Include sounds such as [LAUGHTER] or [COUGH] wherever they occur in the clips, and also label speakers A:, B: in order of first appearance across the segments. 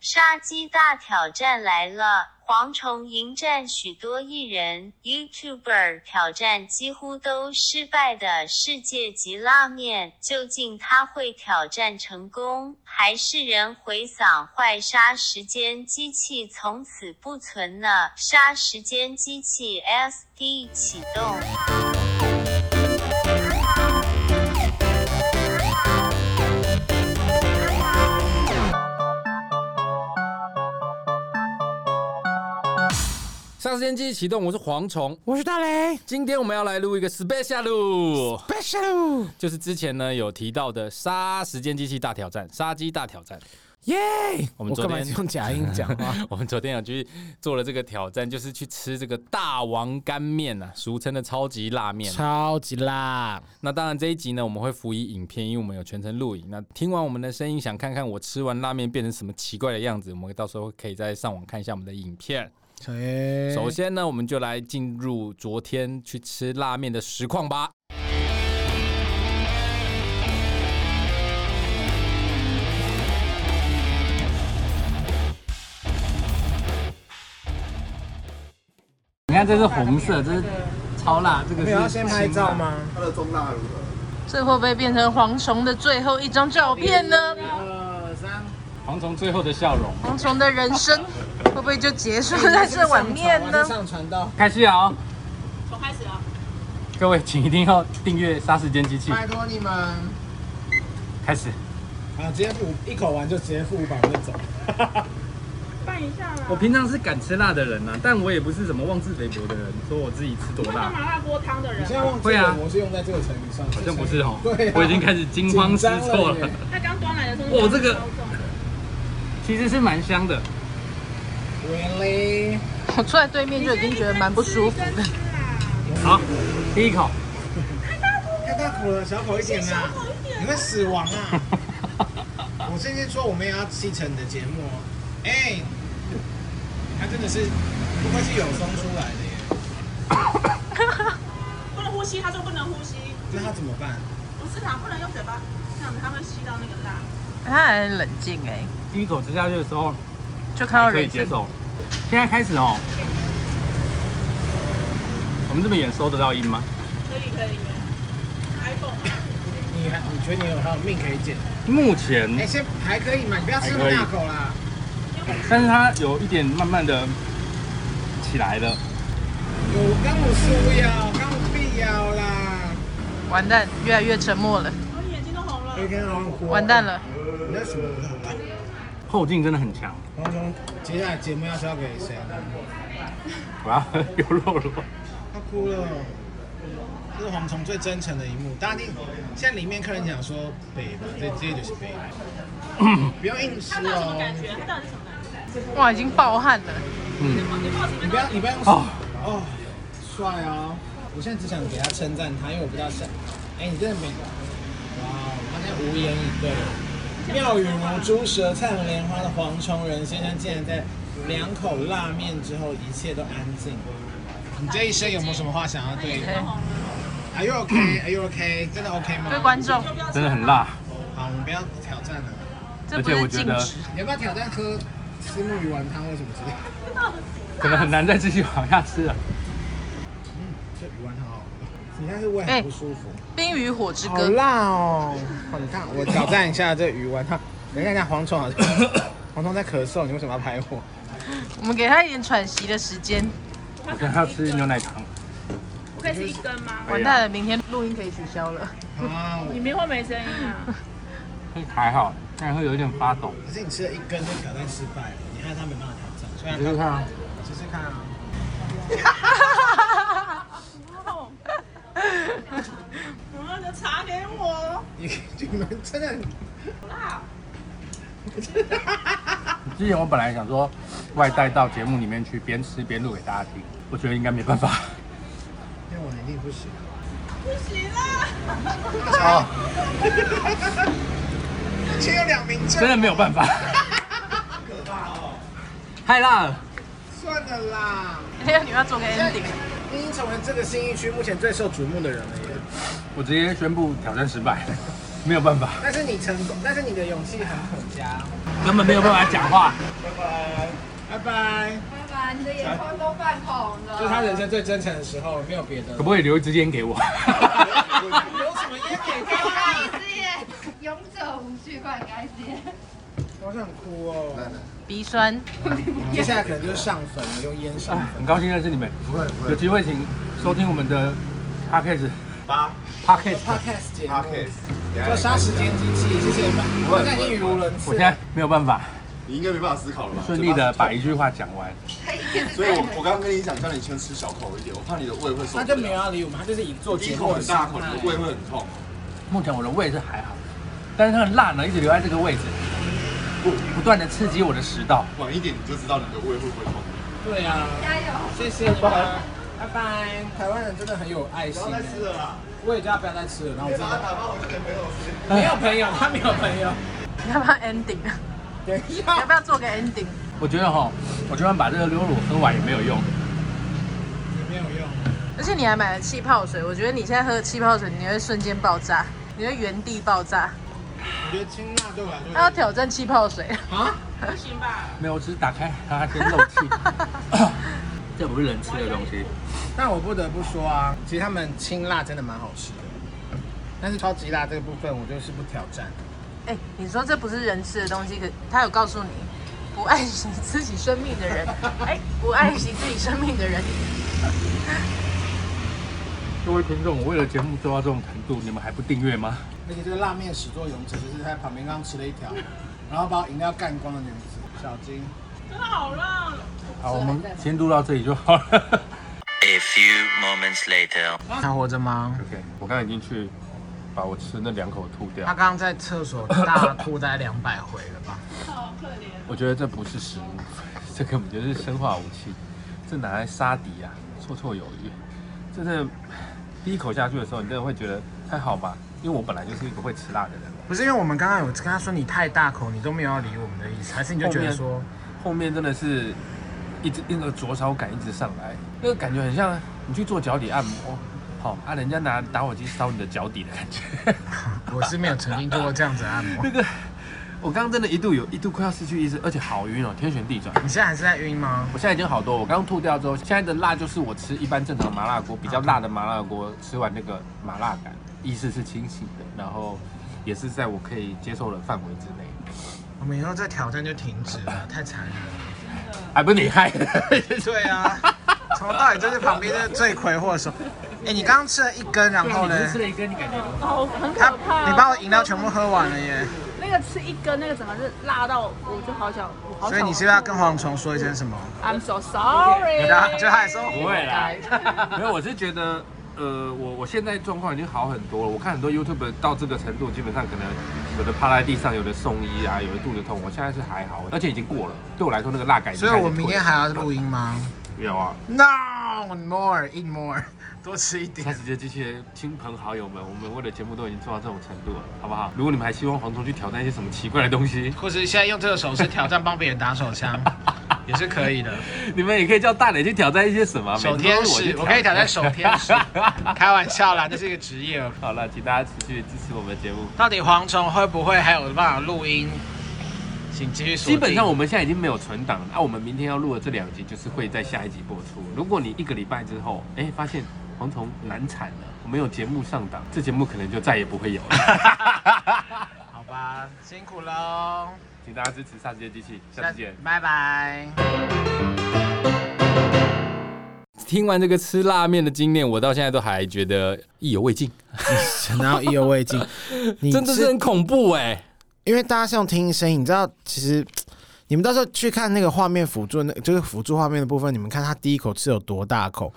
A: 杀鸡大挑战来了！蝗虫迎战许多艺人、YouTuber，挑战几乎都失败的世界级拉面，究竟他会挑战成功，还是人回嗓坏杀时间机器从此不存呢？杀时间机器 SD 启动。
B: 上时间机器启动，我是蝗虫。
C: 我是大雷
B: 今天我们要来录一个 special 录，
C: ，special
B: 就是之前呢有提到的杀时间机器大挑战、杀鸡大挑战。 [LAUGHS]
C: 耶！
B: 我们昨
C: 干嘛
B: 天
C: 用假音讲话？
B: [LAUGHS] 我们昨天有去做了这个挑战，就是去吃这个大王干面啊，俗称的超级辣面。
C: 超级辣，
B: 那当然这一集呢，我们会辅以影片，因为我们有全程录影。那听完我们的声音，想看看我吃完拉面变成什么奇怪的样子，我们到时候可以再上网看一下我们的影片。首
C: 首
B: 先呢，我们就来进入昨天去吃拉面的实况吧。你看，这是红色，这是超辣，这个
D: 没有要先拍照吗？
E: 这会不会变成蝗虫的最后一张照片呢？
B: 蝗虫最后的笑容。
E: 蝗虫的人生会不会就结束在这碗面呢？
D: 上传到，
B: 开始啊！从开始啊！各位，请一定要订阅《杀时间机器》，
D: 拜托你们。
B: 开始。
D: 啊，直接付一口完就直接付五百那种。
B: 我平常是敢吃辣的人呐、啊但我也不是什么妄自菲薄的人，说我自己吃多辣，
F: 麻辣锅汤的
D: 你
F: 人
D: 现，在忘记
B: 会啊
D: 了我是用在这个成语上，好
B: 好像不是哦。
D: 对啊
B: 我已经开始惊慌失措
D: 紧张了
B: 了
D: 耶。
F: 他刚端来的时候，
B: 哇这个其实是蛮香的，
D: Really？
E: [LAUGHS] 我坐在对面就已经觉得蛮不舒服的。
B: 好，第一口，
D: 太大口了，小口一点啊！你会死亡
B: [LAUGHS]
D: 啊！我甚至说我们也要继承你的节目哦。哎，他真的是不愧是有松出来的耶，
F: 不能呼吸，他说不能呼吸，
D: 那他怎么办？
F: 不是啦，不能用嘴巴，这样子他会吸到那个辣。
E: 他很冷静哎、
B: [LAUGHS] 第一口吃下去的时候
E: 就看到
B: 可以
E: 人
B: 接
E: 生。
B: 受。现在开始哦。我们这么远收得到音吗？
F: 可以可以，iPhone 啊
D: 你还你觉得你有还有命可以捡？
B: 目前，
D: 哎，先还可以嘛，你不要吃那么大口啦。
B: 但是它有一点慢慢的起来了。
D: 有刚有输呀，刚有必要啦。
E: 完蛋，越来越沉默了，
F: 我眼睛都红了。
D: 那天好像哭。
E: 哦完蛋。了。
D: 你哦那什么不好吧？
B: 后劲真的很强。
D: 黄总，接下来节目要交给谁啊？
B: 我要喝优肉了。
D: 他哭了。这是蝗虫最真诚的一幕。大家听，现在里面客人讲说北吧，这这就是北，
E: [LAUGHS]
D: 不要硬吃
F: 他到底什么感
D: 哦。
F: 觉？他到底是什么感觉？
E: 哇，已经暴汗了。
F: 你报纸
D: 你
F: 面
D: 不
F: 都
D: 要，你不要用
B: 哦
D: 哦，帅哦。我现在只想给他称赞他，因为我不知道想。哎，你真的没。哇，他现在无言以对。妙语如珠、舌灿莲花的蝗虫人先生，竟然在两口辣面之后，一切都安静了。你这一生有没有什么话想要对
E: 对，
D: ？Are you okay? Are you okay? 真的 OK 吗？
E: 各位观众，
B: 真的很辣，
D: 好，我们不要挑战了。
E: 这不是禁
B: 而且我觉
E: 止，
D: 你要不要挑战喝丝木鱼丸汤或什么之类的？
B: 可能很难再继续往下吃了。
D: 嗯，这鱼丸汤好好喝。你现在是胃很不舒服，
E: 《冰与火之
D: 好
E: 歌》
D: 辣哦！很烫。我挑战一下这鱼丸汤。等一下，等一下，蝗虫 [COUGHS] 好像蝗虫在咳嗽，你为什么要拍我？
E: 我们给他一点喘息的时间。
B: 我现在要吃牛奶糖，
F: 我可以吃一根吗？
E: 完蛋了，明天录音可以取消了。 [LAUGHS]
D: 啊，
F: 里面会没声音啊？
B: 还好，但会有一点发抖。
D: 可是你吃了一根就挑战失败了，你害他没办法挑战。虽然
B: 你试试看啊，
D: 他试试看啊。
F: 然嗯后就茶给我，
D: 你你 [LAUGHS] 们真的很
B: 之前我本来想说外带到节目里面去，边吃边录给大家听，我觉得应该没办法。
D: 那我一定不啊行。
F: 不行啦，
B: 哦，
D: 先有两名证，
B: 真的没有办法，太辣了。
D: 算了啦。
E: 哎呀，你要做个 ending。
D: 你已经成为这个新一区目前最受瞩目的人了耶。
B: 我直接宣布挑战失败，没有办法，
D: 但是你成功，但是你的勇气很可嘉。
B: 根本没有办法讲话。
D: 拜。
G: 拜拜，你的眼眶都泛红了。
D: 这是他人生最真诚的时候，没有别的。
B: 可不可以留一支烟给我？
D: 有什么烟给
G: 不
D: 他？
G: 好意思耶，勇者无惧，不很开心。
D: 我想哭哦。
E: 鼻酸。
D: 接下来可能就是上粉了，用烟上粉。
B: 很高兴认识你们，哎不会不会，有机会请收听我们的 podcast
H: 八
B: podcast。
D: Podcast 节
H: 八
D: 目
H: case，
D: 叫《杀时间机器》，谢谢你们，我在一语无伦次。
B: 我现在没有办法
H: 你应该没办法思考了吧？
B: 顺利的把一句话讲完，
H: 所以我我刚刚跟你讲，叫你先吃小口一点，我怕你的胃会受不
D: 他
H: 了。
D: 就没有要理我们，他就是以做
H: 第一
D: 节
H: 口
D: 目的
H: 很
D: 心
H: 大口，你
D: 态
H: 的胃会很痛。
B: 目前我的胃是还好，但是它的辣呢一直留在这个位置，不不断的刺激我的食 [LAUGHS] 道。
H: 晚一点你就知道你的胃会不会痛。
D: 对啊，
G: 加油！
D: 谢谢你们，啊拜拜。台湾人真的很有爱心耶。
H: 啦，
D: 我也叫他不要再吃了，然后我真
C: [LAUGHS]
D: 的
H: 打包回去给朋友吃。
D: 没有朋友，他没有朋 [LAUGHS] 友。
E: 要不要 ending 啊？
D: 等一
E: 要
D: 下，
E: 不要做个 ending？
B: 我觉得哈，我就算把这个溜乳喝完也没有用。
D: 没有用。
E: 而且你还买了气泡水，我觉得你现在喝气泡水，你会瞬间爆炸，你会原地爆炸。
D: 我觉得清辣对我来
E: 他要挑战气泡水，
D: 说啊，
F: 不行吧？
B: 没有，我只是打开它先漏气。这不是人吃的东
C: [LAUGHS]
B: 西，
D: 但我不得不说啊，其实他们清辣真的蛮好吃的，但是超级辣这个部分我就是不挑战。
E: [LAUGHS] 哎、你说这不是人吃的东西，可他有告诉你，不爱惜自己生命的人，哎、不爱惜自己生命的人，
B: 各位听众，我为了节目做到这种程度，你们还不订阅吗？
D: 而且这个辣面始作俑者就是在旁边刚吃了一条，然后把我饮料干光的女子小金。
F: 真的好辣，
B: 好，我们先录到这里就好了。
I: A few moments later.
D: 还活着吗？
B: OK，我刚才已经去把我吃的那两口吐掉
C: 他刚刚在厕所大吐大概两百回了吧？
F: 好可怜。
B: 我觉得这不是食物，这根本就是生化武器，这拿来杀敌啊，绰绰有余。真的，第一口下去的时候，你真的会觉得还好吧？因为我本来就是一个会吃辣的人。
C: 不是，因为我们刚刚有跟他说你太大口，你都没有要理我们的意思，还是你就觉得说
B: 后面真的是一直那个灼烧感一直上来，那个感觉很像你去做脚底按摩，好、啊，人家拿打火机烧你的脚底的感觉。
C: 我是没有曾经做过这样子的按摩
B: 那，个，我刚刚真的一度有一度快要失去意识，而且好晕哦，天旋地转。
C: 你现在还是在晕吗？
B: 我现在已经好多，我刚吐掉之后，现在的辣就是我吃一般正常麻辣锅比较辣的麻辣锅，吃完那个麻辣感，意识是清醒的，然后也是在我可以接受的范围之内。
C: 我们以后这挑战就停止了，太残忍了。
B: 还哎不是你害的，
C: [LAUGHS] 对
B: [LAUGHS]
C: 啊，从头到尾就是旁边的罪魁祸首。哎、你刚刚吃了一根，然后呢？
B: 了一根，你感觉
J: 哦，很
C: 他
J: 可怕、哦。
C: 你把我饮料全部喝完了耶，
J: 那个吃一根，那个整个是辣到我就好想，我好想。
C: 所以你是不是要跟蝗虫说一声什么？
J: ？I'm so sorry。
C: 然后就他还说
B: 不会啦，没有，我是觉得，呃，我我现在状况已经好很多了。我看很多 YouTube 到这个程度，基本上可能有的趴在地上，有的送医啊，有的肚子痛。我现在是还好，而且已经过了。对我来说，那个辣感已经
C: 所以
B: 开始退了。
C: 我明天还要录音吗
B: 有啊。
C: ？No more, eat more，多 [LAUGHS] 吃一
B: 开
C: 点。
B: 始接这些亲朋好友们，我们为了节目都已经做到这种程度了，好不好？如果你们还希望黄忠去挑战一些什么奇怪的东西， [LAUGHS]
C: 或是现在用这个手势挑战帮别人打手 [LAUGHS] 枪，也是可以的。
B: 你们也可以叫大磊去挑战一些什么。
C: 手天
B: 每
C: 使
B: 次，都是
C: 我
B: 我去，
C: 可以挑战手天使开玩笑啦，这是一个职业。
B: 好了，请大家持续支持我们的节目。
C: 到底蝗虫会不会还有办法录音？请继续锁定
B: 基本上我们现在已经没有存档了，啊那、我们明天要录的这两集就是会在下一集播出。如果你一个礼拜之后，哎，发现蝗虫难产了，我没有节目上档，这节目可能就再也不会有了。
C: 好吧，辛苦喽，
B: 请大家支持《杀时间机器》，下次见。
C: 拜拜。
B: 听完这个吃拉面的经验，我到现在都还觉得意犹未尽，
C: 然后意犹
B: [LAUGHS]
C: 未尽，你
B: 真的是很恐怖哎、
C: 因为大家是用听声音，你知道，其实你们到时候去看那个画面辅助，那就是辅助画面的部分，你们看他第一口吃有多大口。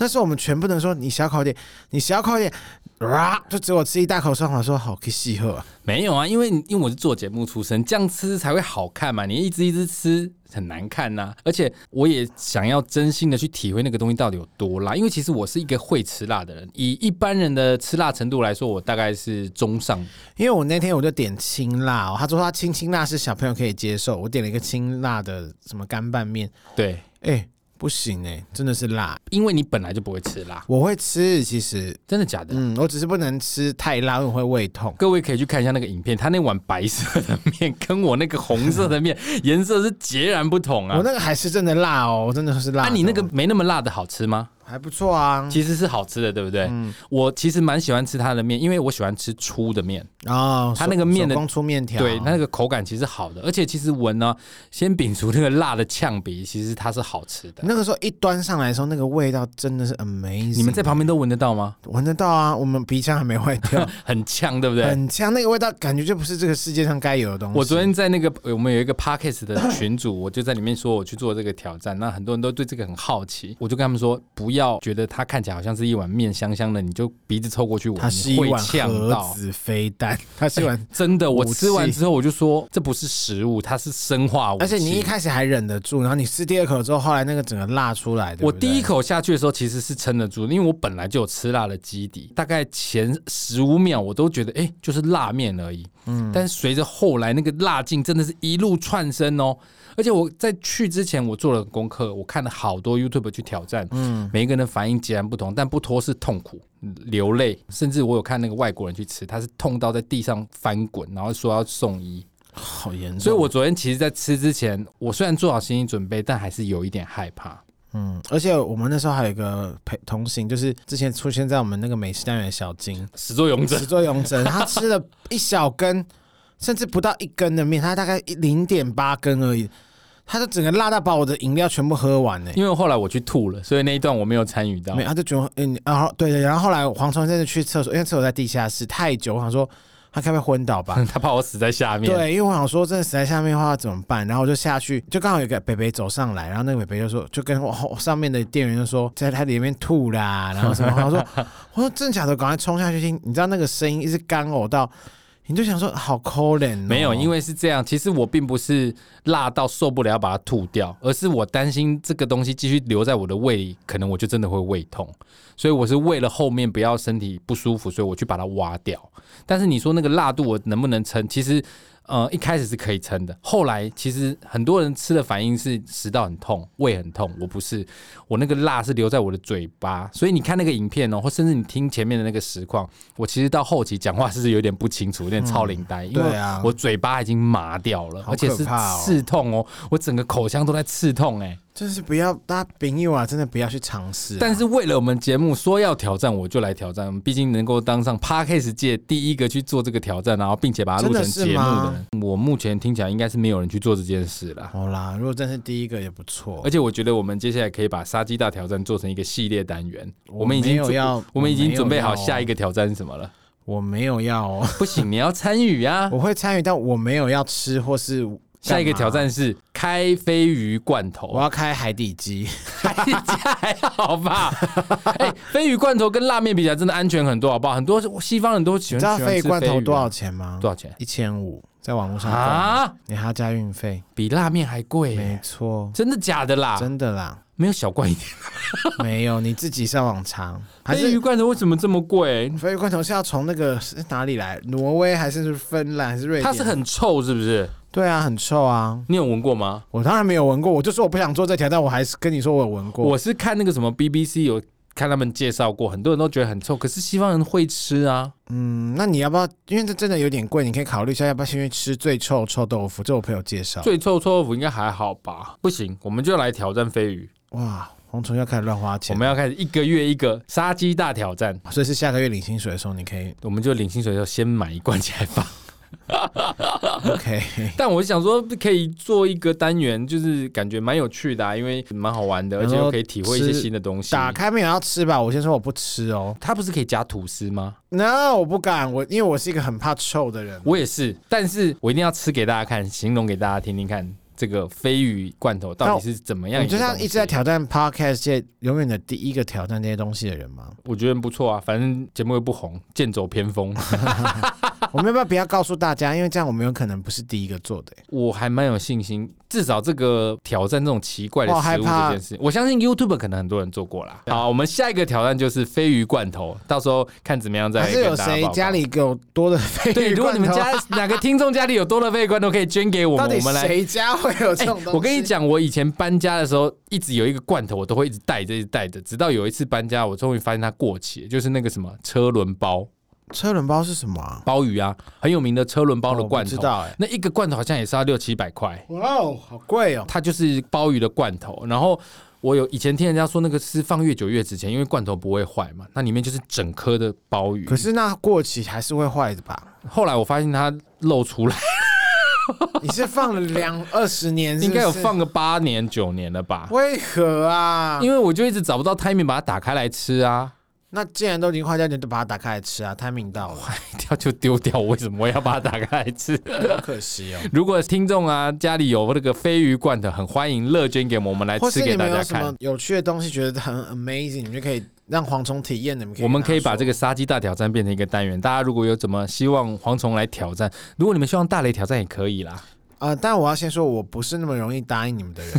C: 但是我们全部能说你小口一点，你小口一点，啊，就只有我吃一大口上来说好可以细喝啊。
B: 没有啊，因为因为我是做节目出身，这样吃才会好看嘛。你一直一直吃很难看呐、而且我也想要真心的去体会那个东西到底有多辣，因为其实我是一个会吃辣的人，以一般人的吃辣程度来说，我大概是中上。
C: 因为我那天我就点清辣、哦，他说他清清辣是小朋友可以接受，我点了一个清辣的什么干拌面，
B: 对，
C: 哎、不行哎、真的是辣。
B: 因为你本来就不会吃辣，
C: 我会吃，其实，
B: 真的假的？
C: 嗯，我只是不能吃太辣，因为我会胃痛。
B: 各位可以去看一下那个影片，他那碗白色的面跟我那个红色
C: [LAUGHS]
B: 的面颜色是截然不同啊
C: 我。那个还是真的辣哦，我真的是辣
B: 那、
C: 的哦。
B: 你那个没那么辣的好吃吗？
C: 还不错啊，
B: 其实是好吃的，对不对？
C: 嗯
B: 我其实蛮喜欢吃它的面，因为我喜欢吃粗的面，
C: 哦，
B: 它
C: 手
B: 那个面的
C: 手工出面条，
B: 对，那个口感其实好的，而且其实闻呢，先摒除那个辣的呛鼻，其实它是好吃的。
C: 那个时候一端上来的时候，那个味道真的是 amazing。
B: 你们在旁边都闻得到吗？
C: 闻得到啊，我们鼻腔还没坏掉，
B: 很呛， [LAUGHS] 对不对？
C: 很呛，那个味道感觉就不是这个世界上该有的东西。
B: 我昨天在那个呃我们有一个 podcast 的群组，我就在里面说我去做这个挑战，那很多人都对这个很好奇，我就跟他们说，不要觉得它看起来好像是一碗面香香的，你就鼻子凑过去闻，
C: 它是
B: 你
C: 一
B: 会
C: 碗
B: 呛
C: 核
B: 到。
C: 子飞弹，
B: [LAUGHS]
C: 它是一碗，
B: 真的，哎我
C: 武器
B: 吃完之后我就说这不是食物，它是生化武器。
C: 而且你一开始还忍得住，然后你吃第二口之后，后来那个整个辣出来的。
B: 我
C: 对不对
B: 第一口下去的时候，其实是撑得住的，因为我本来就有吃辣的基底，大概前十五秒我都觉得，哎、就是辣面而已。嗯，但是随着后来那个辣劲，真的是一路窜升哦。而且我在去之前，我做了功课，我看了好多 YouTube 去挑战，嗯，每一个人的反应截然不同，但不脱是痛苦、流泪，甚至我有看那个外国人去吃，他是痛到在地上翻滚，然后说要送医。
C: 好严重，
B: 所以我昨天其实，在吃之前，我虽然做好心理准备，但还是有一点害怕。
C: 嗯，而且我们那时候还有一个陪同行，就是之前出现在我们那个美食单元的小金，
B: 始作俑者
C: 始作俑者，他吃了一小根，甚至不到一根的面，他大概零点八根而已，他就整个辣到把我的饮料全部喝完呢、
B: 因为后来我去吐了，所以那一段我没有参与到
C: 没，。他就觉得，嗯，然后对对，然后后来黄虫真的去厕所，因为厕所在地下室太久，我想说他该不会昏倒吧？
B: [LAUGHS] 他怕我死在下面。，
C: 对，因为我想说，真的死在下面的话怎么办？然后我就下去，就刚好有一个北北走上来，然后那个北北就说，就跟我后上面的店员就说，在他里面吐啦，然后什么，然后我说，我说真假的，赶快冲下去听，你知道那个声音一直干呕到，你就想说好哦抠脸、
B: 没有，因
C: 为
B: 为是这样。其实我并不是辣到受不了要把它吐掉，而是我担心这个东西继续留在我的胃里，可能我就真的会胃痛。所以我是为了后面不要身体不舒服，所以我去把它挖掉。但是你说那个辣度我能不能撑？其实，呃，一开始是可以撑的。后来其实很多人吃的反应是食道很痛、胃很痛，我不是，我那个辣是留在我的嘴巴。所以你看那个影片哦，或甚至你听前面的那个实况，我其实到后期讲话是有点不清楚，有点超龄呆，因为
C: 对啊
B: 我嘴巴已经麻掉了，
C: 好
B: 而且
C: 可
B: 是
C: 怕哦
B: 刺痛哦，我整个口腔都在刺痛哎、
C: 真是不要，大家朋友啊，真的不要去尝试、
B: 但是。为了我们节目说要挑战，我就来挑战。毕竟能够当上 podcast 界第一个去做这个挑战，然后并且把它录成节目的人，我目前听起来应该是没有人去做这件事了。
C: 好啦，如果真是第一个也不错
B: 而，且我觉得我们接下来可以把杀鸡大挑战做成一个系列单元。
C: 我
B: 我们已经
C: 没有
B: 准
C: 要
B: 我们已经准备好
C: 我没有要哦
B: 下一个挑战是什么了。
C: 我没有要哦， [LAUGHS]
B: 不行，你要参与啊！
C: 我会参与，但我没有要吃或是干嘛
B: 下一个挑，战是开飞鱼罐头。 [LAUGHS]
C: 我要开海底鸡。
B: 还好
C: [LAUGHS]
B: 吧？哎、飞鱼罐头跟辣面比起来，真的安全很多，好不好？很多西方人都喜欢
C: 你知道
B: 喜欢
C: 飞
B: 吃
C: 罐头
B: 鱼
C: 多
B: 啊
C: 少钱吗？
B: 多少钱
C: 一千五，在网络上购买
B: 啊？
C: 你还要加运费。
B: 比辣面还贵耶、
C: 没错，
B: 真的假的啦？
C: 真的啦，
B: 没有小贵一点？
C: 没有，你自己上网
B: [LAUGHS]
C: 查。还
B: 飞鱼
C: 是
B: 罐头为什么这么贵？
C: 飞鱼罐头是要从那个是哪里来？挪威还是芬兰还是瑞典？
B: 它是很臭，是不是？
C: 对啊，很臭啊！
B: 你有闻过吗？
C: 我当然没有闻过，我就说我不想做这条，但我还是跟你说我有闻过。
B: 我是看那个什么 BBC 有看他们介绍过，很多人都觉得很臭，可是西方人会吃啊。
C: 嗯，那你要不要？因为这真的有点贵，你可以考虑一下要不要先去吃最臭臭豆腐，这我朋友介绍。
B: 最臭臭豆腐应该还好吧？不行，我们就来挑战飞鱼。
C: 哇，蝗虫要开始乱花
B: 我
C: 钱，
B: 们要开始一个月一个杀鸡大挑战，
C: 所以是下个月领薪水的时候你可以
B: 我们就领薪水的时候先买一罐起来
C: [LAUGHS]
B: 放。
C: OK。
B: [LAUGHS] 但我想说，可以做一个单元，就是感觉蛮有趣的、啊，因为蛮好玩的，而且又可以体会一些新的东西。
C: 打开没有要吃吧？我先说我不吃哦。
B: 它不是可以加吐司吗？
C: No，我不敢，我因为我是一个很怕臭的人。
B: 我也是，但是我一定要吃给大家看，形容给大家听听看，这个飞鱼罐头到底是怎么样
C: 你
B: 一个
C: 就
B: 东西？
C: 像一直在挑战 podcast 界永远的第一个
B: [LAUGHS]
C: 挑战这些东西的人吗？啊
B: 我觉得不错啊，反正节目又不红，剑走偏锋。
C: 我们要不要不要告诉大家？因为这样我们有可能不是第一个做的、
B: 我还蛮有信心，至少这个挑战这种奇怪的
C: 我害
B: 食物
C: 怕
B: 这件事情，我相信 YouTube 可能很多人做过啦。好，我们下一个挑战就是鲱鱼罐头，到时候看怎么样再
C: 还是有
B: 跟大家
C: 谁
B: 报告
C: 家里有多的鲱鱼
B: 对，如果你们
C: 罐头
B: 家哪个听众家里有多的鲱鱼罐头，可以捐给我
C: [LAUGHS] 到
B: 们，
C: 底
B: 我们来
C: 谁家会有这
B: 哎
C: 种东西？
B: 我跟你，讲，我以前搬家的时候，一直有一个罐头，我都会一直带着，一直带着，直到有一次搬家，我终于发现它过期了，就是那个什么车轮包
C: 车轮包是什么、啊？
B: 鲍鱼啊，很有名的车轮包
C: 哦
B: 的
C: 我不
B: 罐头，
C: 知道哎
B: 那一个罐头好像也是要六七百块，
C: 哇哦，好贵哦！
B: 它就是鲍鱼的罐头，然后。我有以前听人家说，那个是放越久越值钱，因为罐头不会坏嘛，那里面就是整颗的鲍鱼。
C: 可是那过期还是会坏
B: [LAUGHS]
C: 的吧？
B: 后来我发现它露出来，
C: 你是放了两二十年是不是
B: [LAUGHS] 应该有放，个八年九年了吧？
C: 为何啊？
B: 因为我就一直找不到 timing 把它打开来吃啊，
C: 那既然都已经坏掉，你就把它打开来吃啊！timing 到
B: [LAUGHS]
C: 了，
B: 掉就丢掉，我为什么我要把它打开来吃？
C: 好可惜哦。
B: 如果听众啊家里有那个鲱鱼罐头，很欢迎乐捐给我们，我们来
C: [LAUGHS] 或
B: 吃
C: 是你
B: 给大
C: 们
B: 家
C: 有什么
B: 看。
C: 有趣的东西，觉得很 amazing，你们就可以让蝗虫体验，你们可以
B: [LAUGHS] 我们可以把
C: 拿出
B: 这个杀鸡大挑战变成一个单元，大家如果有怎么希望蝗虫来挑战，如果你们希望大雷挑战也可以啦。
C: 啊、但我要先说，我不是那么容易答应你们的人，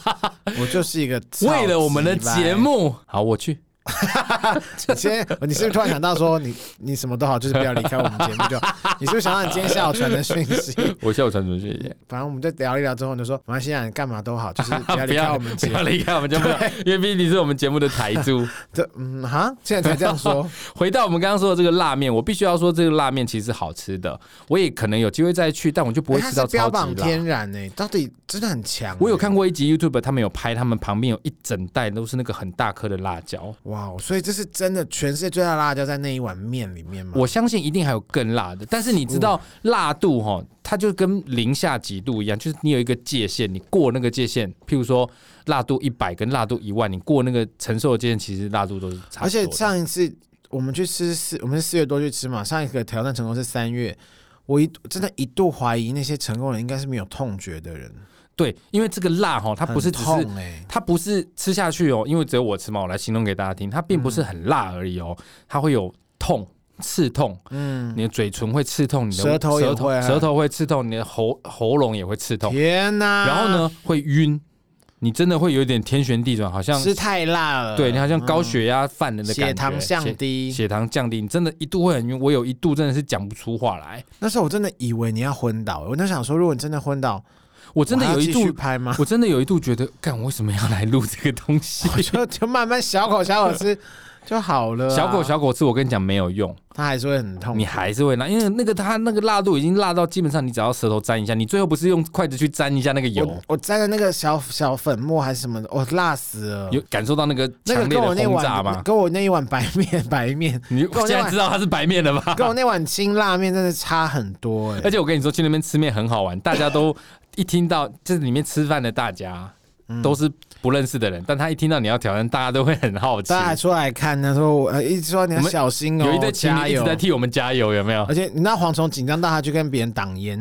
B: [LAUGHS]
C: 我就是一个
B: 为了我们的
C: 草鸡掰
B: 节，目，好，我去。
C: [LAUGHS] 你先，你是不是突然想到说你你什么都好，就是不要离开我们节目就好，你是不是想到你今天下午传的讯
B: [LAUGHS]
C: 息？
B: 我下午传出去一 [LAUGHS] 点，
C: 反正我们就聊一聊之后，你就说马来西亚你干嘛都好，
B: [LAUGHS]
C: 就是不要
B: 啊不要
C: 离开我们节
B: 不
C: 目
B: 要。 [LAUGHS] 离开我们节目，因为毕竟你是我们节目的台 [LAUGHS] 柱。
C: 这嗯哈，现在才这样说，
B: 回到我们刚刚说的这个辣面，我必须要说这个辣面其实好吃的，我也可能有机会再去，但我就 [LAUGHS] 不会
C: 哎它
B: 吃
C: 是
B: 到
C: 标
B: 超
C: 榜
B: 级辣。
C: 天然呢、欸到底真的很强、欸
B: 我有看，过一集 YouTube，他们有拍，他们旁边有一整袋都是那个很大颗的辣椒。
C: 哇哦，所以这是真的，全世界最大的辣椒在那一碗面里面吗？
B: 我相信一定还有更辣的，但是你知道
C: 哦
B: 辣度哈，它就跟零下几度一样，就是你有一个界限，你过那个界限，譬如说辣度一百跟辣度一万，你过那个承受的界限，其实辣度都是差不多的。
C: 而且上一次我们去吃四，我们是四月多去吃嘛，上一个挑战成功是三月，我一真的一度怀疑那些成功人应该是没有痛觉的人，
B: 对，因为这个辣哈，它不是
C: 很
B: 只是
C: 痛哎、
B: 它不是吃下去哦，因为只有我吃嘛，我来形容给大家听，它并不
C: 嗯
B: 是很辣而已哦，它会有痛、刺痛，
C: 嗯，
B: 你的嘴唇会刺痛，你的
C: 舌头也
B: 舌头
C: 会啊
B: 舌头会刺痛，你的喉喉咙也会刺痛，
C: 天啊哪！
B: 然后？呢会晕，你真的会有点天旋地转，好像
C: 吃太辣了，
B: 对你好像高血压犯人的感觉，
C: 嗯血糖降低
B: 血血糖降低，你真的一度会很晕，我有一度真的是讲不出话来，
C: 那时候我真的以为你要昏倒，欸我就想说，如果你真的昏倒，
B: 我真的
C: 我还要
B: 有一
C: 继续
B: 度。
C: 拍吗？
B: 我真的有一度觉得，干，我为什么要来录这个东
C: [LAUGHS]
B: 西？
C: 我就就慢慢小口小口吃就好了啊、
B: 小狗小狗吃，我跟你讲没有用，
C: 它还是会很痛，
B: 你还是会辣，因为那个它那个辣度已经辣到基本上，你只要舌头沾一下，你最后不是用筷子去沾一下那个油
C: 我，我沾的那个小小粉末还是什么的，我、辣死了。
B: 有感受到那个
C: 那个
B: 强烈
C: 跟我那
B: 的轰炸
C: 碗，
B: 吗？
C: 跟我那一碗白面 [LAUGHS] 白面，
B: 你
C: 跟我
B: 现
C: 那
B: 在
C: 碗
B: 知道它是白面了吧？
C: 跟我那碗辛辣面真的差很多哎、
B: [LAUGHS] 而且我跟你说，去那边吃面很好玩，大家都一听到这里面吃饭的大家
C: 嗯
B: 都是不认识的人，但他一听到你要挑战，大家都会很好奇
C: [LAUGHS] 大。家还出来看，他说我呃一直说你要
B: 我们
C: 小心哦、
B: 有一对情
C: 加
B: 侣一直
C: 油
B: 在。替我们加油，有没有 [LAUGHS]
C: [LAUGHS] 而？且你知道蝗虫紧张到他去跟别人挡烟，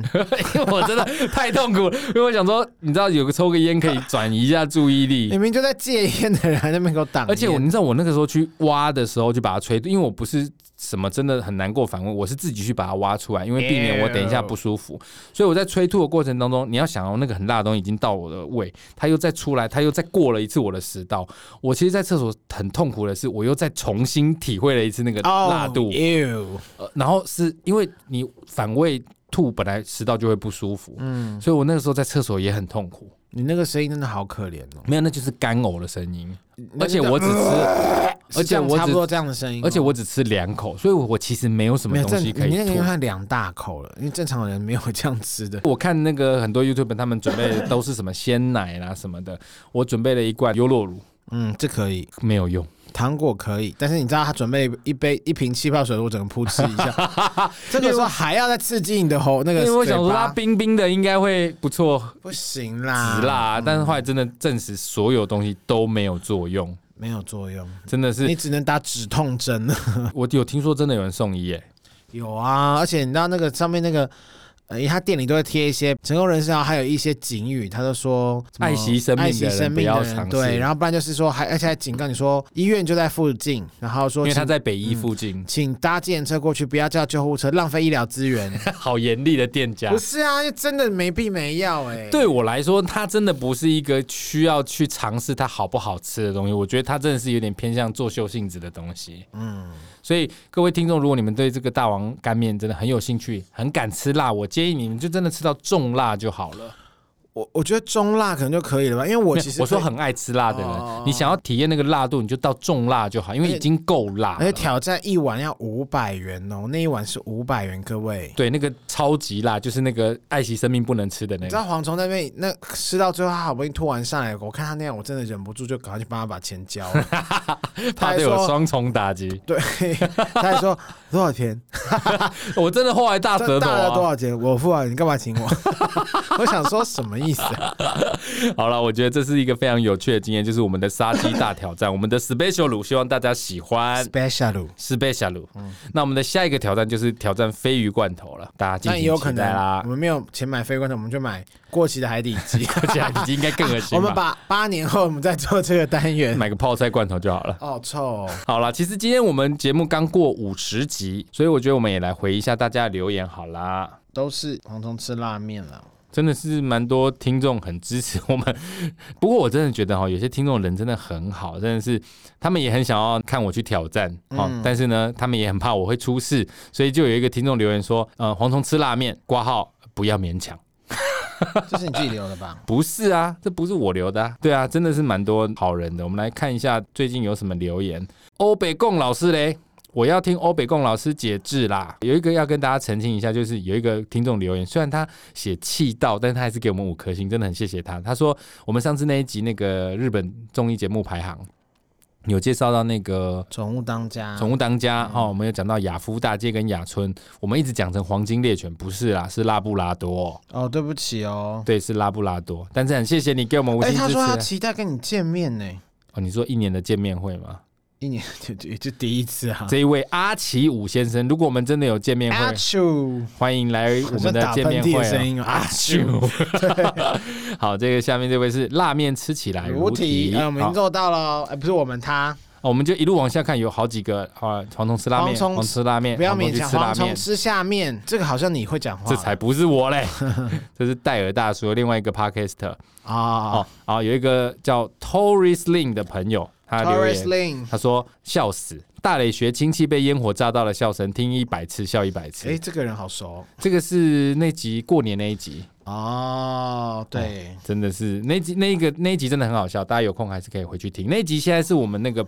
B: 因为我真的太痛苦了，因为我想说，你知道有个抽个烟可以转移一下注意力
C: 明。明就在戒烟的人还在那边给我挡烟。
B: 而且我你知道我那个时候去挖的时候就把它吹，因为我不是什么真的很难过反胃，我是自己去把它挖出来，因为避免我等一下不舒
C: 哦
B: 服。所以我在吹吐的过程当中，你要想哦，那个很辣的东西已经到我的胃，它又再出来，它又再过了一次我的食道。我其实，在厕所很痛苦的是，我又再重新体会了一次那个
C: 哦
B: 辣度，
C: ew
B: 呃然后是因为你反胃吐，本来食道就会不舒服，嗯，所以我那个时候在厕所也很痛苦。
C: 你那个声音真的好可怜哦、
B: 没有，那就是干呕的声音，
C: 那
B: 而且
C: 就
B: 我只吃，而
C: [LAUGHS] 是这
B: 且
C: 样
B: 我
C: 差
B: 只
C: 不多这样的声音哦、
B: 而且我只吃两口，所以我其实没有什
C: 没
B: 么
C: 有
B: 东
C: 正，
B: 西可
C: 你那
B: 以
C: 个
B: 吐。
C: 算两大口了，因为正常人没有这样吃的。
B: 我看那个很多 YouTube 他们准备的都是什么鲜奶啦什么的，我准备了一罐优酪乳，
C: 嗯，这可以，
B: 没有用。
C: 糖果可以，但是你知道他准备一杯一瓶气泡水，我整个扑哧一下。
B: [LAUGHS]
C: 这个时候还要再刺激你的喉那
B: 因
C: 个，
B: 为我想说它冰冰的应该会不错，
C: 不行
B: 止
C: 啦，
B: 辣，啊但是后来真的证实所有东西都没有作用，
C: 没有作用，
B: 真的
C: 你
B: 是
C: 只能打止痛针。啊
B: 我有听说真的有人送医耶，
C: 有啊，而且你知道那个上面那个。呃，因为他店里都会贴一些成功人士，然啊后还有一些警语，他都说什么
B: 爱惜生命的人
C: 爱惜生命
B: 不要
C: 的人，
B: 尝试
C: 对，然后不然就是说还而且还警告你说医院就在附近，然后说
B: 因为
C: 请
B: 他在北
C: 嗯
B: 一附近， [LAUGHS]
C: 请搭计程车过去，不要叫救护车，浪费医疗资
B: [LAUGHS]
C: 源。
B: 好严厉的店家
C: 不。是啊，就真的没必没要哎、
B: 对我来说，它真的不是一个需要去尝试它好不好吃的东西。我觉得它真的是有点偏向作秀性质的东西。嗯，所以各位听众，如果你们对这个大王干面真的很有兴趣，很敢吃辣，我建议你们就真的吃到重辣就好了。
C: 我我觉得中辣可能就可以了吧，因为我
B: 没有
C: [LAUGHS] 其实
B: 我说
C: 对
B: 很爱吃辣的人，
C: 哦哎
B: 你想要体验那个辣度，你就到重辣就好，因为已经够辣
C: 而
B: 了
C: 且。挑战一碗要五百元哦，那一碗是五百元，各位。
B: 对，那个超级辣，就是那个爱惜生命不能吃的那
C: 你知
B: 个。
C: 道蝗虫那边那吃到最后，他好不容易吐完上来，我看他那样，我真的忍不住就赶快去帮他把钱交了。 [LAUGHS] 他
B: 怕
C: 还
B: 对我
C: 说，
B: 双重打击，
C: 对，他还说多少钱？
B: 我真的后来大
C: 这
B: 舌头
C: 大了多
B: 啊！
C: 少钱？我付啊，你干嘛请我？ [LAUGHS] 我想说什么
B: [LAUGHS]
C: 意思、啊？
B: 好了，我觉得这是一个非常有趣的经验，就是我们的杀鸡大挑
C: [LAUGHS]
B: 战，我们的 special 卤，希望大家喜欢
C: 嗯 special，
B: special 卤。
C: 嗯
B: 那我们的下一个挑战就是挑战鲱鱼罐头了，大家敬
C: 那也
B: 请
C: 有可
B: 期
C: 能啊
B: 待啦 [LAUGHS]
C: 我。们没有钱买飞罐头，我们就买过期的海底鸡。
B: 而且海底鸡应该更恶
C: [LAUGHS] 我
B: 心
C: 们
B: 吧？
C: 把八年后我们再做这个单元。
B: 买个泡菜罐头就好了。
C: 哦，臭哦、
B: 好啦，其实今天我们节目刚过五十集，所以我觉得我们也来回一下大家的留言好啦。
C: 都是蝗虫吃拉面了。 [LAUGHS]
B: 真的是蛮多听众很支持 [LAUGHS] 我们，不过我真的觉得哈、有些听众人真的很好，真的是他们也很想要看我去挑战哦，但是呢，他们也很怕我会出事，所以就有一个听众留言说，呃，蝗虫吃拉面，挂号不要勉强。？
C: 这是你自己留的吧
B: 不是啊，这不是我留的、啊。对啊，真的是蛮多好人的。我们来看一下最近有什么留言。欧北贡老师嘞，我要听欧北贡老师解字啦。有一个要跟大家澄清一下，就是有一个听众留言，虽然他写气到，但是他还是给我们五颗星，真的很谢谢他。他说我们上次那一集那个日本综艺节目排行。有介绍到那个
C: 宠物当家，
B: 宠
C: 物
B: 物当家哦，我们有讲到雅夫大街跟雅村，我们一直讲成黄金猎犬，不是啦，是拉布拉多，
C: 哦，对不起哦。
B: 对，是拉布拉多。但是很谢谢你给我们五
C: 哎、
B: 星支持。
C: 他说他期待跟你见面呢，
B: 哦，你说一年的见面会吗？
C: 一年 [LAUGHS] 就就就第一次啊。
B: 这一位阿奇武先生，如果我们真的有见面
C: 哎阿
B: 会，
C: 丘，
B: 欢迎来我们的见面
C: 好像打喷嚏的声
B: 会、
C: 音 [LAUGHS]
B: 哦。
C: 哦阿
B: 啾！ [LAUGHS] 好，这个下面这位是辣面吃起来
C: 如
B: 如
C: 题
B: 题，，
C: 哎，我们已
B: 好
C: 经做到了哦，哎，不是我们他，
B: 哦我们就一路往下看，有好几个啊，黄虫吃拉面，
C: 蝗虫
B: 黄吃拉面，
C: 不
B: 蝗
C: 要
B: 虫
C: 勉
B: 哎去
C: 强
B: 吃拉
C: 蝗虫
B: 面。
C: 吃下面，这个好像你会讲话，
B: 这才不是我
C: [LAUGHS]
B: 嘞，这是戴尔大叔的另外一个 podcaster
C: 啊
B: 哦。啊，有一个叫 Tory Sling 的朋友，他留言
C: Torres Lin，
B: 他说笑死，大磊学亲戚被烟火炸到了笑声，听一百次笑一百次。
C: 哎，这个人好熟
B: 这个是那集过年那一集，
C: 哦，对，
B: 真的是那集那一个那一集真的很好笑，大家有空还是可以回去听。那一集现在是我们那个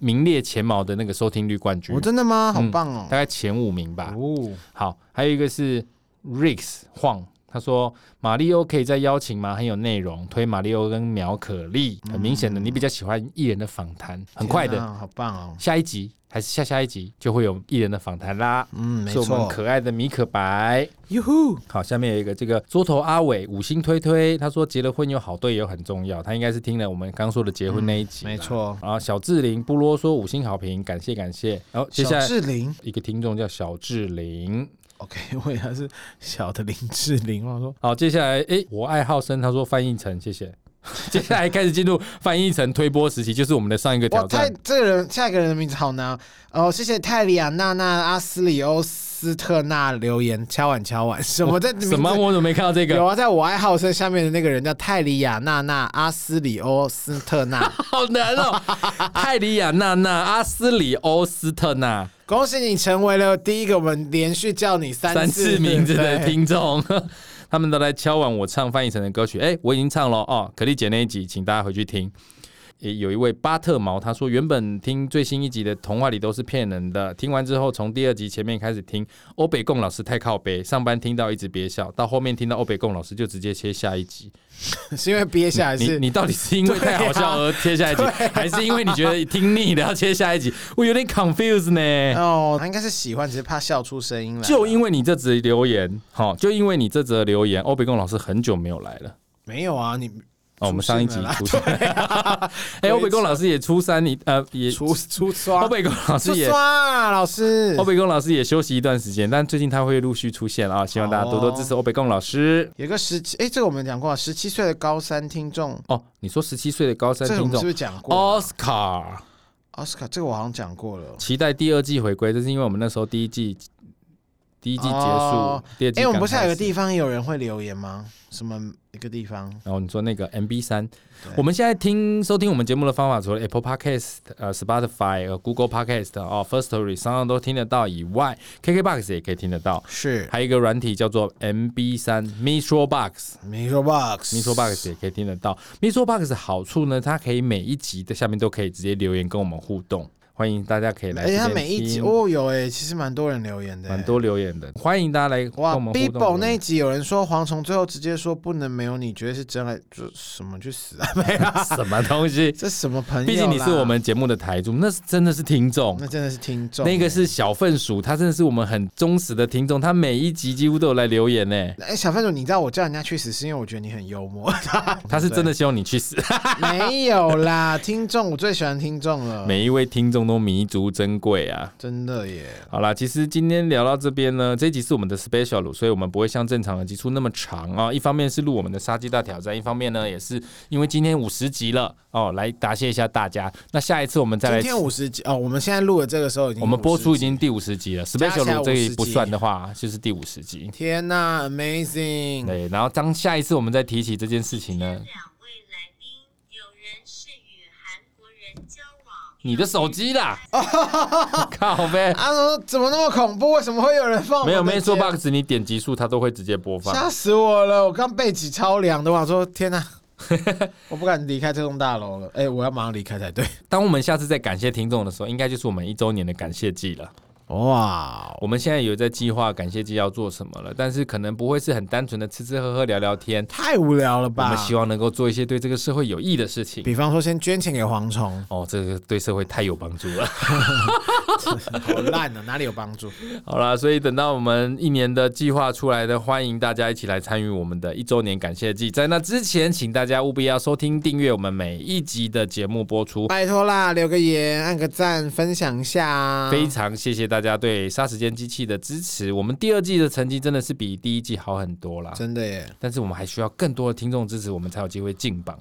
B: 名列前茅的那个收听率冠军，
C: 我真的吗？好
B: 嗯
C: 棒哦
B: 大，概前五名吧。
C: 哦，
B: 好，还有一个是 Rix 晃，他说马里欧可以再邀请吗？很有内容，推马里欧跟苗可丽。很明显的，你比较喜欢艺人的访谈，很快
C: 嗯天
B: 的，
C: 啊好棒哦，
B: 下一集还是下下一集就会有艺人的访谈啦。
C: 嗯，没
B: 是我们
C: 错，
B: 可爱的米可白。
C: 哟呼，
B: 好，下面有一个这个桌头阿伟五星推推，他说结了婚有好队友很重要，他应该是听了我们刚说的结婚那一集、
C: 嗯没。错，
B: 然后小志玲不啰嗦，五星好评，感谢感谢。然后接下
C: 小
B: 来
C: 志玲。
B: 一个听众叫小志玲，
C: OK，我以为 [LAUGHS] 他是小的林志玲，我想说
B: 好，接下来诶，我爱好生他说翻译成谢 [LAUGHS] 谢。接下来开始进入翻译成推波时期，就是我们的上一个
C: 哇，
B: 挑
C: 太
B: 战。
C: 这个人下一个人的名字好难哦哦，谢谢泰里亚娜娜阿斯里欧斯特纳留言，敲碗敲碗， [LAUGHS] 什么在
B: 什么？？我怎么没看到这
C: 有
B: 个？
C: 啊，在我爱好生下面的那个人叫泰里亚娜娜阿斯里欧斯特 [LAUGHS] 纳，
B: 好难哦！泰里亚娜娜阿斯里欧斯特纳。
C: 恭喜你成为了第一个我们连续叫你三
B: 三
C: 次
B: 次名字的
C: 对
B: 听众， [LAUGHS] 他们都来敲碗我唱翻译成的歌曲。哎、我已经唱了哦，可丽姐那一集，请大家回去听。也有一位巴特毛，他说原本听最新一集的童话里都是骗人的，听完之后从第二集前面开始听，欧北贡老师太靠北，上班听到一直憋笑，到后面听到欧北贡老师就直接切下一集。
C: 是因为憋下来
B: 你
C: 是
B: 你到底是因为太好笑而切下一集， [LAUGHS] 还是因为你觉得听腻了要切下一集？我有点 confused 呢。
C: 哦，他应该是喜欢，只是怕笑出声音来。
B: 就因为你这则留言，好，就因为你这则留言，欧北贡老师很久没有来了。
C: 没有啊，你
B: 哦，我们上一集
C: 出 [LAUGHS]
B: 出
C: 现
B: 现，
C: 了啦
B: 哎，欧北宫老师也初三，你呃也
C: 出出刷
B: 欧，北宫老师
C: 出
B: 也
C: 刷啊，老师
B: 欧。北宫老师也休息一段时间，但最近他会陆续出现啊，希望大家多多
C: 哦
B: 支持欧北宫老师。
C: 有个十七，哎，这个我们讲过，十七岁的高三听众，
B: 哦，你说十七岁的高三
C: 这个我
B: 听
C: 们是
B: 众
C: 不
B: 哦
C: 是讲过？
B: ，Oscar，
C: 奥斯卡，这个我好像讲过了。
B: 期待第二季回归，这是因为我们那时候第一季第一季结束，
C: 哦
B: 第二季
C: 哎，我们不是还有个
B: 刚开始
C: 地方有人会留言吗？什么一个地方？
B: 然后你说那个 MB 三，我们现在听收听我们节目的方法，除了 Apple Podcast、呃 Spotify、呃 Google Podcast、哦 First Story 上上都听得到以外，KKBox 也可以听得到，
C: 是
B: 还有一个软体叫做 MB 三 Mistro Box。
C: Mixer Box。
B: Mistro
C: [LAUGHS]
B: Box 也可以听得到。Mistro Box 的好处呢，它可以每一集的下面都可以直接留言跟我们互动，欢迎大家可以来
C: 而
B: 这
C: 且
B: 边听。
C: 他每一集哦有哎，其实蛮多人留言的，
B: 蛮。多留言的，欢迎大家来跟
C: 哇
B: 我们互动留
C: ，Bibo
B: 言。
C: 那一集有人说蝗虫最后直接说不能没有你，觉得是真爱，就什么去
B: [LAUGHS]
C: 死啊？没有啊，
B: 什么东 [LAUGHS] 西？
C: 这什么朋友啦？
B: 毕竟你是我们节目的台柱，那是真的是听众
C: 那。真的是听众，
B: 那个是小粪鼠，他真的是我们很忠实的听众，他每一集几乎都有来留言呢。
C: 哎、小范总，你知道我叫人家去死是因为我觉得你很幽默， [LAUGHS]
B: 他是真的希望你去 [LAUGHS] 死。
C: 没有啦，听众我最喜欢听众了，
B: 每一位听众都弥足珍贵啊！
C: 真的耶，
B: 好啦，其实今天聊到这边呢，这一集是我们的 special，所以我们不会像正常的集数那么长啊。一方面是录我们的杀鸡大挑战，一方面呢也是因为今天五十集了哦，来答谢一下大家。那下一次我们再
C: 今
B: 来，
C: 天五十集哦，我们现在录的这个时候已经
B: 我们播出已
C: 50
B: 经
C: 集
B: 第五十集了
C: 加起来
B: ，special 这
C: 50
B: 里
C: 集
B: 不算的话，就是第五十集。
C: 天呐、a m a z i n g
B: 对，然后当下一次我们再提起这件事情呢，
A: 两位来宾，有人是与韩国人交往，
B: 你的手机啦，
C: [LAUGHS]
B: 靠呗，
C: 阿说啊怎么那么恐怖？为什么会有人放我
B: 没有
C: 的
B: 没说
C: 节目
B: box，你点击数它都会直接播放。
C: 吓死我了！我刚背脊超凉的，我想说天呐、
B: [LAUGHS]
C: 我不敢离开这栋大楼了。哎、我要马上离开才对。
B: 当我们下次再感谢听众的时候，应该就是我们一周年的感谢季
C: 哦
B: 了。
C: 哇，
B: 我们现在有在计划感谢季要做什么了，但是可能不会是很单纯的吃吃喝喝聊聊天，
C: 太无聊了
B: 我
C: 吧？
B: 们希望能够做一些对这个社会有益的事情。
C: 比方说先捐钱给蝗虫，
B: 哦，这个对社会太有帮助了。
C: 好烂啊，哪里有帮助？
B: 好啦，所以等到我们一年的计划出来的，欢迎大家一起来参与我们的一周年感谢祭。在那之前，请大家务必要收听、订阅我们每一集的节目播出。
C: 拜托啦，留个言，按个赞，分享一下啊。
B: 非常谢谢大家对《杀时间机器》的支持，我们第二季的成绩真的是比第一季好很多啦。
C: 真的耶，
B: 但是我们还需要更多的听众支持，我们才有机会进榜。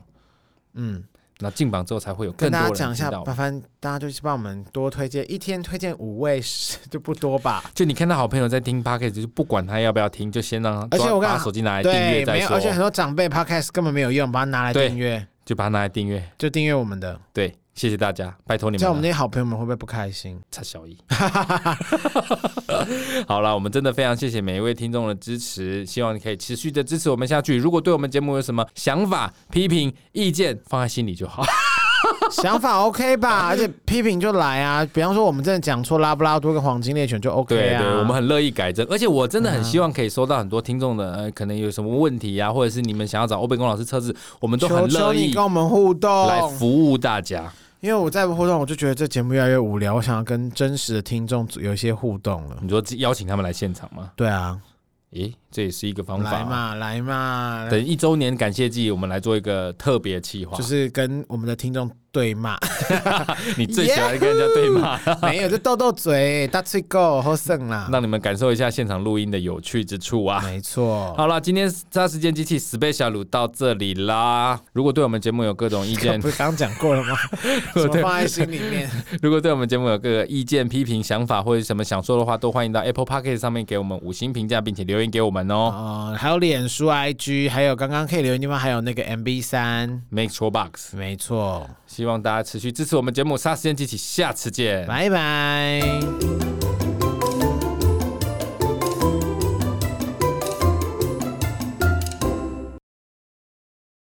C: 嗯，
B: 那进榜之后才会有更
C: 跟
B: 多
C: 大家
B: 人
C: 讲一
B: 知
C: 下，
B: 道
C: 麻。烦大家就是帮我们多推荐，一天推荐五位就不多吧。
B: 就你看到好朋友在听 p o d c a s t 就不管他要不要听，就先让他
C: [LAUGHS] 而且我跟
B: 把
C: 你
B: 手
C: 讲
B: 机拿来订
C: 对，
B: 阅
C: 没
B: 再
C: 有，
B: 说
C: 而且，很多长辈 podcast 根本没有用，把它拿来
B: 对
C: 订阅，
B: 就把它拿来订阅。
C: 就订阅我们的。
B: 对，谢谢大家，拜托你们
C: 像
B: 了。
C: 我们那些好朋友们会不会不开心？ [LAUGHS]
B: 差小一。 [LAUGHS] 好了，我们真的非常谢谢每一位听众的支持，希望你可以持续的支持我们下去。如果对我们节目有什么想法、批评、意见，放在心里就
C: [LAUGHS]
B: 好。
C: 想法 OK 吧？ [LAUGHS] 而且批评就来啊，比方说我们真的讲错拉布拉多跟黄金猎犬就 OK
B: 对
C: 啊。嗯
B: 对，我们很乐意改正，而且我真的很希望可以收到很多听众的，呃，可能有什么问题啊，或者是你们想要找欧贝公老师测试，我们都很
C: 求求
B: 乐
C: 你
B: 意
C: 跟我们互动，
B: 来服务大家。
C: 因为我再不互动，我就觉得这节目越来越无聊。我想要跟真实的听众有一些互动了。
B: 你说邀请他们来现场吗？
C: 对啊，
B: 诶，这也是一个方法
C: 来
B: 啊。
C: 嘛来嘛，
B: 等一周年感谢季，我们来做一个特别企划，
C: 就是跟我们的听众对骂，
B: [LAUGHS] 你最喜欢跟人家对骂。
C: 没有就斗斗嘴，大吹够好胜啦。
B: 让你们感受一下现场录音的有趣之处啊！
C: 没错，
B: 好了，今天杀时间机器 Special 录到这里啦。如果对我们节目有各种意
C: [LAUGHS]
B: 见
C: 不，是刚讲过了
B: [LAUGHS]
C: 吗？什么放在心里面？
B: 如果对我们节目有各个意见、批评、想法或者什么想说的话，都欢迎到 Apple p o c k e t 上面给我们五星评价，并且留言给我们哦。
C: 哦，还有脸书、IG，还有刚刚可以留言地方，还有那个 MB 三，
B: Make Sure Box，
C: 没错。
B: 希望大家持续支持我们节目《杀时间机器》，下次见，
C: 拜拜。